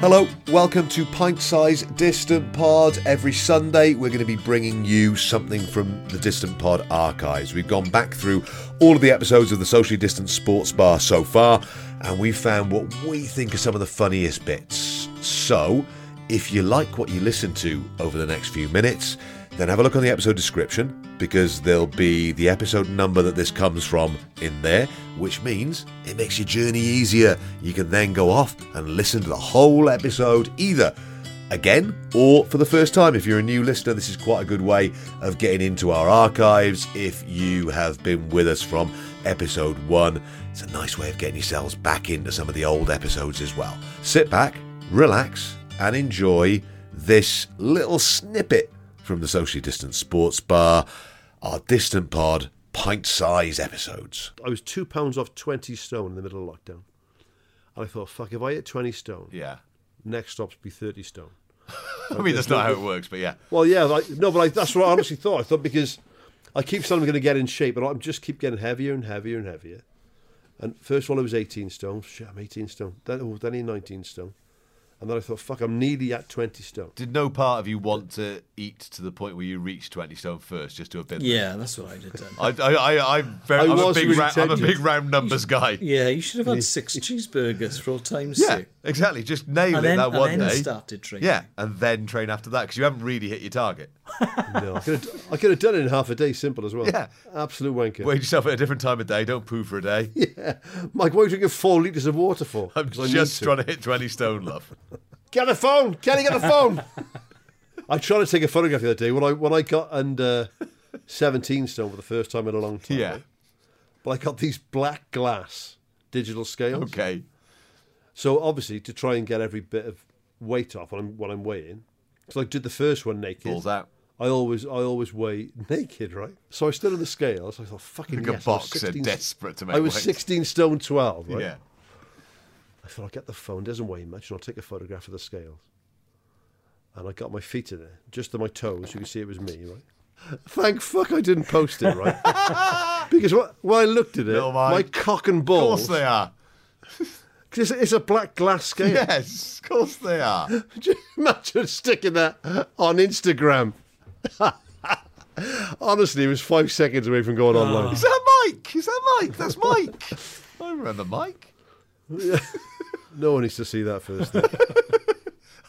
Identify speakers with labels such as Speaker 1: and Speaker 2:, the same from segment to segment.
Speaker 1: Hello, welcome to Pint Size Distant Pod. Every Sunday, we're going to be bringing you something from the Distant Pod archives. We've gone back through all of the episodes of the Socially Distant Sports Bar so far, and we found what we think are some of the funniest bits. So, if you like what you listen to over the next few minutes, then have a look on the episode description because there'll be the episode number that this comes from in there, which means it makes your journey easier. You can then go off and listen to the whole episode either again or for the first time. If you're a new listener, this is quite a good way of getting into our archives. If you have been with us from episode one, it's a nice way of getting yourselves back into some of the old episodes as well. Sit back, relax, and enjoy this little snippet from the socially distant sports bar, our distant pod pint size episodes.
Speaker 2: I was two pounds off 20 stone in the middle of lockdown. And I thought, fuck, if I hit 20 stone,
Speaker 1: Yeah.
Speaker 2: next stop's be 30 stone.
Speaker 1: I mean, that's not how it works, but yeah.
Speaker 2: Well, yeah, like, no, but I, that's what I honestly thought. I thought because I keep saying I'm going to get in shape, but I just keep getting heavier and heavier and heavier. And first of all, it was 18 stone. Shit, I'm 18 stone. Then, oh, then he 19 stone. And then I thought, fuck, I'm nearly at 20 stone.
Speaker 1: Did no part of you want to eat to the point where you reach 20 stone first, just to a bit?
Speaker 3: Yeah, that's what I did then.
Speaker 1: I, I, I, I'm, very,
Speaker 2: I
Speaker 1: I'm, a
Speaker 2: was
Speaker 1: big
Speaker 2: really
Speaker 1: ra- I'm a
Speaker 2: tempted.
Speaker 1: big round numbers guy.
Speaker 3: Yeah, you should have had six cheeseburgers for all time's
Speaker 1: Yeah,
Speaker 3: sake.
Speaker 1: exactly. Just nail
Speaker 3: And
Speaker 1: it
Speaker 3: then,
Speaker 1: that one
Speaker 3: and then
Speaker 1: day.
Speaker 3: started training.
Speaker 1: Yeah, and then train after that because you haven't really hit your target.
Speaker 2: No, I could, have, I could have done it in half a day, simple as well.
Speaker 1: Yeah.
Speaker 2: Absolute wanker.
Speaker 1: Wait yourself at a different time of day. Don't poo for a day.
Speaker 2: Mike, what are you drinking four litres of water for?
Speaker 1: I'm
Speaker 2: 'Cause I need
Speaker 1: just
Speaker 2: to.
Speaker 1: trying to hit 20 stone, love.
Speaker 2: Get the phone, Kenny. Get the phone. I tried to take a photograph the other day when I when I got under seventeen stone for the first time in a long time.
Speaker 1: yeah.
Speaker 2: but I got these black glass digital scales.
Speaker 1: Okay.
Speaker 2: So obviously, to try and get every bit of weight off when I'm when I'm weighing, because I did the first one naked.
Speaker 1: Balls out.
Speaker 2: I always I always weigh naked, right? So I stood on the scales. I thought, fucking
Speaker 1: Like a
Speaker 2: yes, I was
Speaker 1: boxer desperate to make
Speaker 2: I was
Speaker 1: weight.
Speaker 2: sixteen stone twelve. Right?
Speaker 1: Yeah.
Speaker 2: I thought I'll get the phone, doesn't weigh much, and I'll take a photograph of the scales. And I got my feet in there, just to my toes. You can see it was me, right? Thank fuck I didn't post it, right? because wh- when I looked at it,
Speaker 1: Little Mike.
Speaker 2: my cock and
Speaker 1: Of course
Speaker 2: balls.
Speaker 1: they are.
Speaker 2: 'cause It's, it's a black glass scale.
Speaker 1: Yes, of course they are.
Speaker 2: Could you imagine sticking that on Instagram? Honestly, it was five seconds away from going online.
Speaker 1: Is that Mike? Is that Mike? That's Mike. I remember Mike.
Speaker 2: No one needs to see that first thing.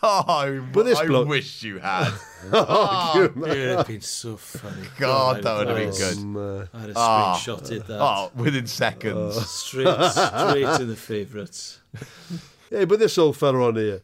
Speaker 1: Oh, I,
Speaker 2: But this
Speaker 1: I
Speaker 2: bloke-
Speaker 1: wish you had. Ah.
Speaker 3: It would have been so funny. Oh,
Speaker 1: God,
Speaker 3: I'd-
Speaker 1: that would have
Speaker 3: I'd
Speaker 1: been good.
Speaker 2: Um, uh,
Speaker 3: I'd have
Speaker 1: Ah.
Speaker 3: screenshotted that.
Speaker 1: Oh, within seconds.
Speaker 2: Oh.
Speaker 3: Straight, straight to the favourites.
Speaker 2: Yeah, but this old fella on here,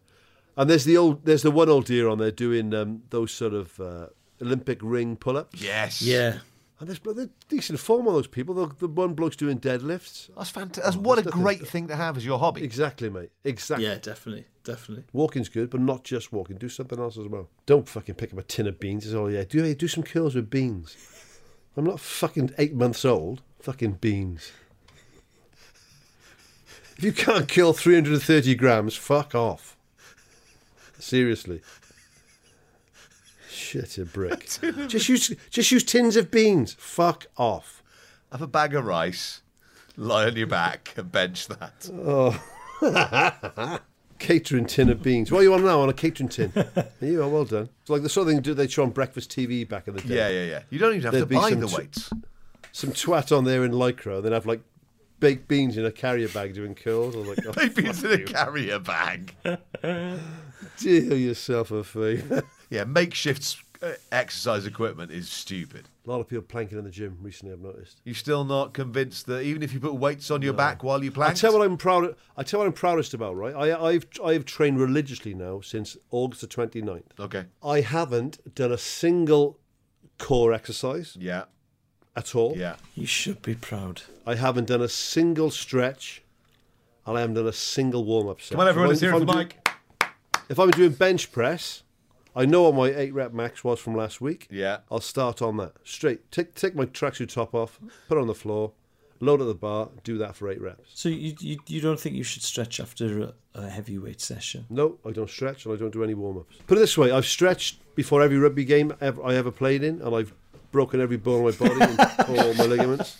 Speaker 2: and there's the old, there's the one old deer on there doing um, those sort of uh, Olympic ring pull-ups.
Speaker 1: yes.
Speaker 3: Yeah.
Speaker 2: And there's they're decent form on those people. The, the one bloke's doing deadlifts.
Speaker 1: That's fantastic. That's what a
Speaker 2: that's nothing.
Speaker 1: great thing to have as your hobby.
Speaker 2: Exactly, mate. Exactly.
Speaker 3: Yeah, definitely. Definitely.
Speaker 2: Walking's good, but not just walking. Do something else as well. Don't fucking pick up a tin of beans. It's all yeah. Do hey, do some curls with beans. I'm not fucking eight months old. Fucking beans. If you can't curl 330 grams, fuck off. Seriously. Shit, a brick. just use just use tins of beans. Fuck off.
Speaker 1: Have a bag of rice, lie on your back, and bench that.
Speaker 2: catering tin of beans. What are you on now on a catering tin? you are well done. It's like the sort of thing do they show on breakfast TV back in the day.
Speaker 1: Yeah, yeah, yeah. You don't even have
Speaker 2: There'd
Speaker 1: to
Speaker 2: be
Speaker 1: buy
Speaker 2: some
Speaker 1: the
Speaker 2: t-
Speaker 1: weights.
Speaker 2: Some twat on there in lycra, and then have like baked beans in a carrier bag doing curls. I was like, oh,
Speaker 4: Maybe it's
Speaker 2: fuck
Speaker 4: in a
Speaker 2: you.
Speaker 4: carrier bag.
Speaker 2: Do yourself a favour.
Speaker 4: Yeah, makeshift s- uh, exercise equipment is stupid.
Speaker 2: A lot of people planking in the gym recently, I've noticed.
Speaker 4: You're still not convinced that even if you put weights on your back while you
Speaker 2: I
Speaker 4: plank,
Speaker 2: tell what I'm proud. I tell what I'm proudest about. Right, I, I've I've trained religiously now since August the 29th.
Speaker 4: okay,
Speaker 2: I haven't done a single core exercise
Speaker 4: yeah,
Speaker 2: at all.
Speaker 4: yeah,
Speaker 3: You should be proud.
Speaker 2: I haven't done a single stretch, and I haven't done a single warm up set.
Speaker 4: come on, everyone, let's
Speaker 2: If
Speaker 4: hear
Speaker 2: I'm-
Speaker 4: it for
Speaker 2: if I'm
Speaker 4: Mike.
Speaker 2: do- If I'm doing bench press, I know what my eight rep max was from last week.
Speaker 4: Yeah.
Speaker 2: I'll start on that straight. Take take my tracksuit top off, put it on the floor, load at the bar, do that for eight reps.
Speaker 3: So you, you you don't think you should stretch after a, a heavyweight session?
Speaker 2: No, I don't stretch and I don't do any warm ups. Put it this way I've stretched before every rugby game ever, I ever played in, and I've broken every bone in my body and tore all my ligaments.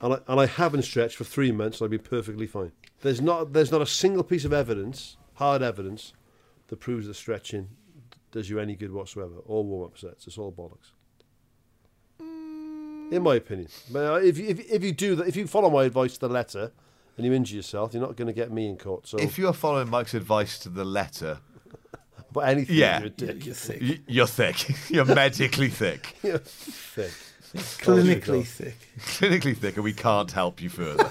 Speaker 2: And I, and I haven't stretched for three months, and I'd be perfectly fine. There's not, there's not a single piece of evidence, hard evidence, that proves that stretching does you any good whatsoever, or warm up sets. It's all bollocks. In my opinion. But uh, if, you- if, if you do that, if you follow my advice to the letter and you injure yourself, you're not going to get me in court. So
Speaker 4: If you're following Mike's advice to the letter,
Speaker 2: But anything
Speaker 4: Yeah.
Speaker 2: you're a dick.
Speaker 3: You think
Speaker 4: y- you're thick. you're medically thick,
Speaker 2: You're thick.
Speaker 3: clinically thick.
Speaker 4: clinically thick, and we can't help you further.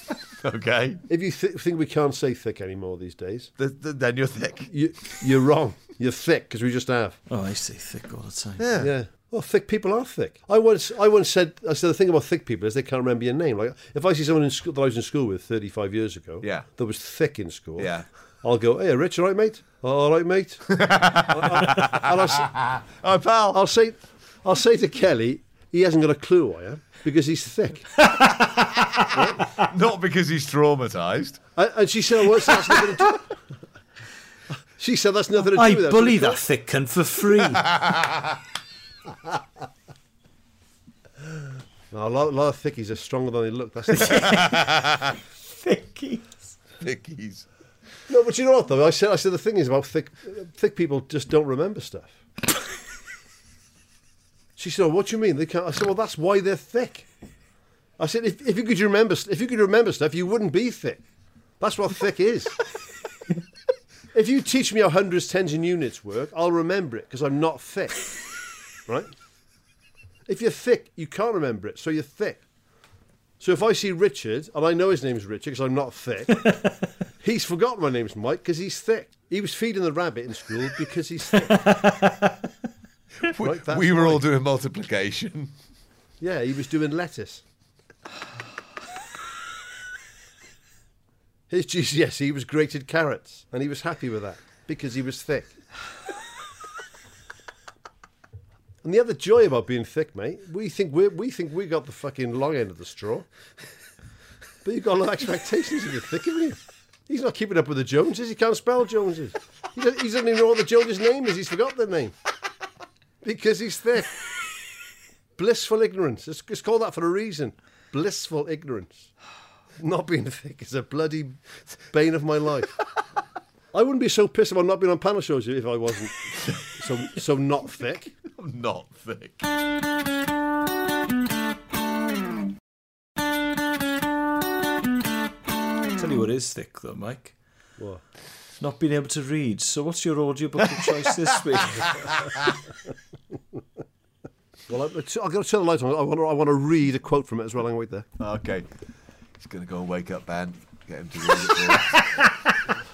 Speaker 4: okay,
Speaker 2: If you th- think we can't say thick anymore these days,
Speaker 4: Th- th- then you're thick.
Speaker 2: you, you're wrong. You're thick because we just have.
Speaker 3: Oh, I say thick all the time.
Speaker 2: Yeah. Well, thick people are thick. I once, I once said, I said the thing about thick people is they can't remember your name. Like if I see someone in school that I was in school with 35 years ago,
Speaker 4: Yeah.
Speaker 2: that was thick in school,
Speaker 4: Yeah.
Speaker 2: I'll go, hey, Rich, all right, mate? All right, mate. and I'll, s-
Speaker 4: Oh, pal.
Speaker 2: I'll say, I'll say to Kelly, he hasn't got a clue who I am because he's thick.
Speaker 4: Not because he's traumatized.
Speaker 2: And, and she said, "What's that's nothing to do?" She said, "That's nothing to do
Speaker 3: I
Speaker 2: with it."
Speaker 3: bully that thick cunt for free.
Speaker 2: No, a lot, a lot of thickies are stronger than they look. That's the
Speaker 3: Thickies.
Speaker 4: Thickies.
Speaker 2: no, but you know what though? I said, I said the thing is about thick, thick people just don't remember stuff. she said, oh, "What do you mean they can't?" I said, "Well, that's why they're thick." I said, "If, if you could remember, st- if you could remember stuff, you wouldn't be thick. That's what thick is." If you teach me how hundreds, tens, and units work, I'll remember it because I'm not thick, right? If you're thick, you can't remember it, so you're thick. So if I see Richard, and I know his name's Richard because I'm not thick, he's forgotten my name's Mike because he's thick. He was feeding the rabbit in school because he's thick.
Speaker 4: We,
Speaker 2: Right, that's
Speaker 4: we were all
Speaker 2: right.
Speaker 4: doing multiplication.
Speaker 2: Yeah, he was doing lettuce. His GCSE was grated carrots, and he was happy with that because he was thick. and the other joy about being thick, mate, we think we we think we got the fucking long end of the straw, but you've got a lot of expectations if you're thick, haven't you? He's not keeping up with the Joneses. He can't spell Joneses. He doesn't, he doesn't even know what the Joneses' name is. He's forgot their name because he's thick. Blissful ignorance. It's, it's called that for a reason. Blissful ignorance. Not being thick is a bloody bane of my life. I wouldn't be so pissed about not being on panel shows if I wasn't so so not thick.
Speaker 4: I'm not thick.
Speaker 3: Tell you what is thick though, Mike.
Speaker 2: What?
Speaker 3: Not being able to read. So what's your audiobook of choice this week?
Speaker 2: Well, I, I'm going to turn the light on. I want to, I want to read a quote from it as well. I'm wait there.
Speaker 4: Okay. He's going to go and wake up, Ben. Get him to read it for us.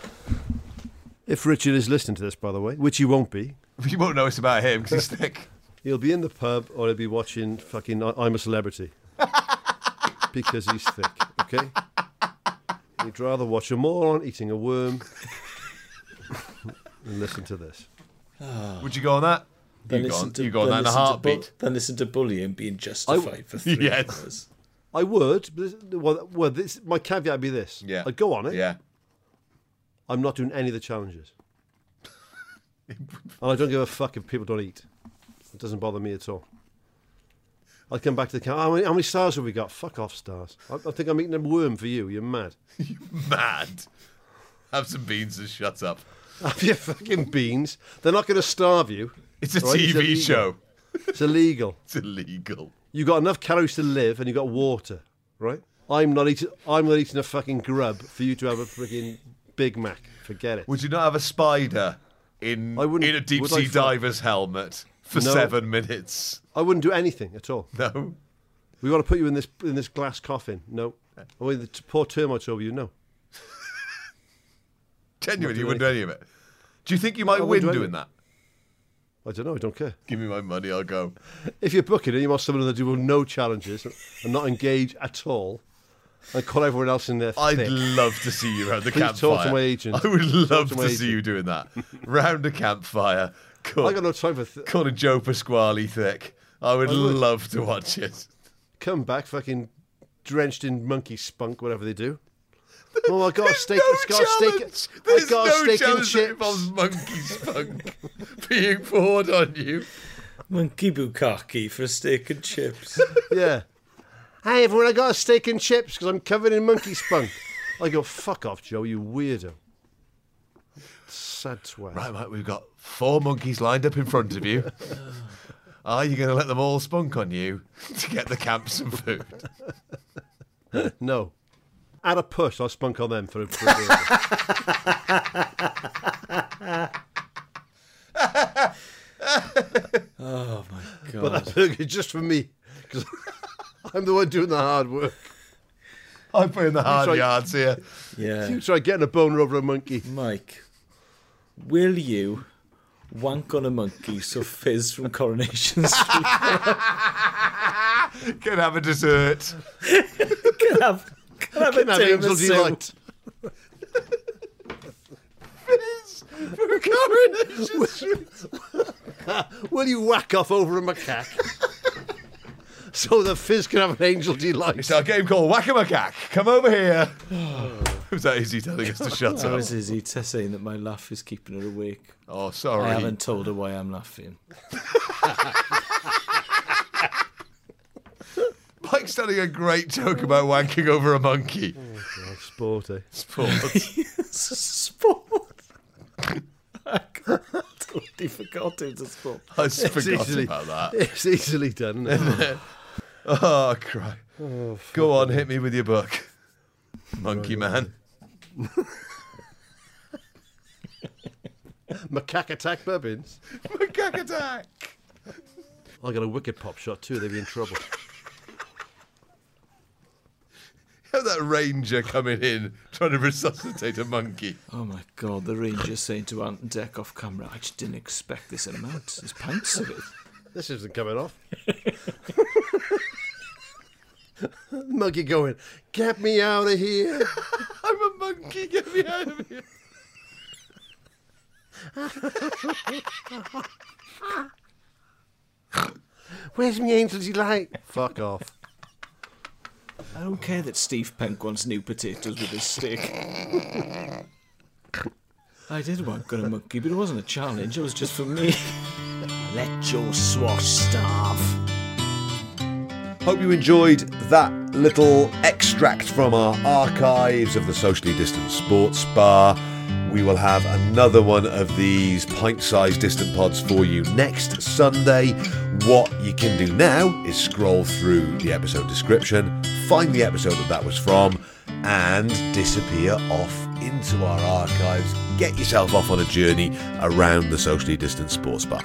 Speaker 2: If Richard is listening to this, by the way, which he won't be,
Speaker 4: You won't know it's about him because he's thick.
Speaker 2: he'll be in the pub or he'll be watching fucking I- I'm a Celebrity because he's thick. Okay. He'd rather watch a moron eating a worm and listen to this.
Speaker 4: Would you go on that?
Speaker 3: Then
Speaker 4: you go
Speaker 3: listen
Speaker 4: on,
Speaker 3: to-
Speaker 4: you go on
Speaker 3: then
Speaker 4: that in a
Speaker 3: listen to bu-
Speaker 4: heartbeat.
Speaker 3: then listen to bullying being justified for three
Speaker 4: Yes.
Speaker 3: hours.
Speaker 2: I would. But this, well, well, this my caveat would be this.
Speaker 4: Yeah.
Speaker 2: I'd go on it.
Speaker 4: Yeah.
Speaker 2: I'm not doing any of the challenges. and I don't give a fuck if people don't eat. It doesn't bother me at all. I'd come back to the camp. How many, how many stars have we got? Fuck off, stars. I, I think I'm eating a worm for you. You're mad.
Speaker 4: Mad. Have some beans and shut up.
Speaker 2: Have your fucking beans. They're not going to starve you.
Speaker 4: It's a
Speaker 2: Right, it's
Speaker 4: TV
Speaker 2: illegal.
Speaker 4: show.
Speaker 2: It's illegal.
Speaker 4: It's illegal.
Speaker 2: You've got enough calories to live and you've got water, right? I'm not eating. I'm not eating a fucking grub for you to have a freaking Big Mac. Forget it.
Speaker 1: Would you not have a spider in
Speaker 2: I wouldn't-
Speaker 1: in a deep
Speaker 2: would I
Speaker 1: sea
Speaker 2: fr-
Speaker 1: diver's helmet for
Speaker 2: No.
Speaker 1: seven minutes?
Speaker 2: I wouldn't do anything at all.
Speaker 1: No.
Speaker 2: We want to put you in this in this glass coffin. No. Or the t- poor termites over you. No.
Speaker 1: Genuinely, you wouldn't do any of it. Do you think you might
Speaker 2: I
Speaker 1: win
Speaker 2: wouldn't do
Speaker 1: doing
Speaker 2: any-
Speaker 1: that?
Speaker 2: I don't know. I don't care.
Speaker 1: Give me my money, I'll go.
Speaker 2: If you're booking it, you want someone that do no challenges and not engage at all, and call everyone else in there.
Speaker 1: I'd
Speaker 2: thick.
Speaker 1: love to see you around the
Speaker 2: Please talk
Speaker 1: campfire.
Speaker 2: to my agent.
Speaker 1: I would
Speaker 2: Talk to
Speaker 1: love to,
Speaker 2: my
Speaker 1: see you
Speaker 2: agent.
Speaker 1: doing that. round a campfire.
Speaker 2: I
Speaker 1: Call,
Speaker 2: got no time for. Th-
Speaker 1: calling Joe Pasquale thick. I would, love to watch it.
Speaker 2: come back fucking drenched in monkey spunk, whatever they do. Oh, I got a steak.
Speaker 1: no
Speaker 2: it's got a
Speaker 1: challenge.
Speaker 2: steak.
Speaker 1: There's
Speaker 2: I got
Speaker 1: no
Speaker 2: a steak and
Speaker 1: challenge that
Speaker 2: chips.
Speaker 1: involves monkey spunk being poured on you.
Speaker 3: Monkey bukkake for steak and chips.
Speaker 2: Yeah. Hey, everyone, I got a steak and chips because I'm covered in monkey spunk. I go, fuck off, Joe, you weirdo. Sad twat.
Speaker 1: Right, mate, we've got four monkeys lined up in front of you. Are you going to let them all spunk on you to get the camp some food?
Speaker 2: No. At a push, I'll spunk on them for a for a burger.
Speaker 3: Oh my
Speaker 2: But
Speaker 3: god.
Speaker 2: that burger is just for me because I'm the one doing the hard work.
Speaker 1: I'm putting the hard
Speaker 2: Sorry.
Speaker 1: yards here.
Speaker 3: Yeah.
Speaker 2: You try getting a boner over a monkey.
Speaker 3: Mike, will you wank on a monkey so Fizz from Coronation Street
Speaker 1: Can have a dessert.
Speaker 3: can have, can have
Speaker 2: Can
Speaker 3: a
Speaker 2: have angel
Speaker 3: tiramisu?
Speaker 2: delight.
Speaker 1: From Coronation Street.
Speaker 2: Will you whack off over a macaque? so the fizz can have an angel delight.
Speaker 1: It's our game called Whack a Macaque. Come over here. Who's that? Is he telling us to shut
Speaker 3: How
Speaker 1: up?
Speaker 3: is Izzy t- saying that my laugh is keeping her awake?
Speaker 1: Oh,
Speaker 3: I
Speaker 1: sorry.
Speaker 3: haven't told her why I'm laughing.
Speaker 1: Mike's telling a great joke about wanking over a monkey.
Speaker 2: Sport, eh?
Speaker 1: Sports.
Speaker 3: it's a sport. I totally forgot it was a sport.
Speaker 1: I forgot
Speaker 2: easily-
Speaker 1: about that.
Speaker 2: It's easily done. isn't it?
Speaker 1: Oh, cry. Go on, hit Oh, me with your book. Monkey man.
Speaker 2: Macaque attack Bubbins.
Speaker 1: Macaque attack.
Speaker 2: I got a wicked pop shot too. They'd be in trouble.
Speaker 1: Have that ranger coming in trying to resuscitate a monkey.
Speaker 3: Oh my god, the ranger saying to Ant and Deck off camera, I just didn't expect this amount. There's pints of it.
Speaker 2: this isn't coming off. Monkey going, get me out of here.
Speaker 1: I'm a monkey, get me out of here.
Speaker 2: Where's my angel delight? Fuck off.
Speaker 3: I don't care that Steve Punk wants new potatoes with his steak. I did want got a monkey, but it wasn't a challenge, it was just for me. Let your swash starve.
Speaker 5: Hope you enjoyed that little extract from our archives of the socially distant sports bar. We will have another one of these pint sized distant pods for you next Sunday. What you can do now is scroll through the episode description, find the episode that that was from, and disappear off into our archives. Get yourself off on a journey around the socially distant sports bar.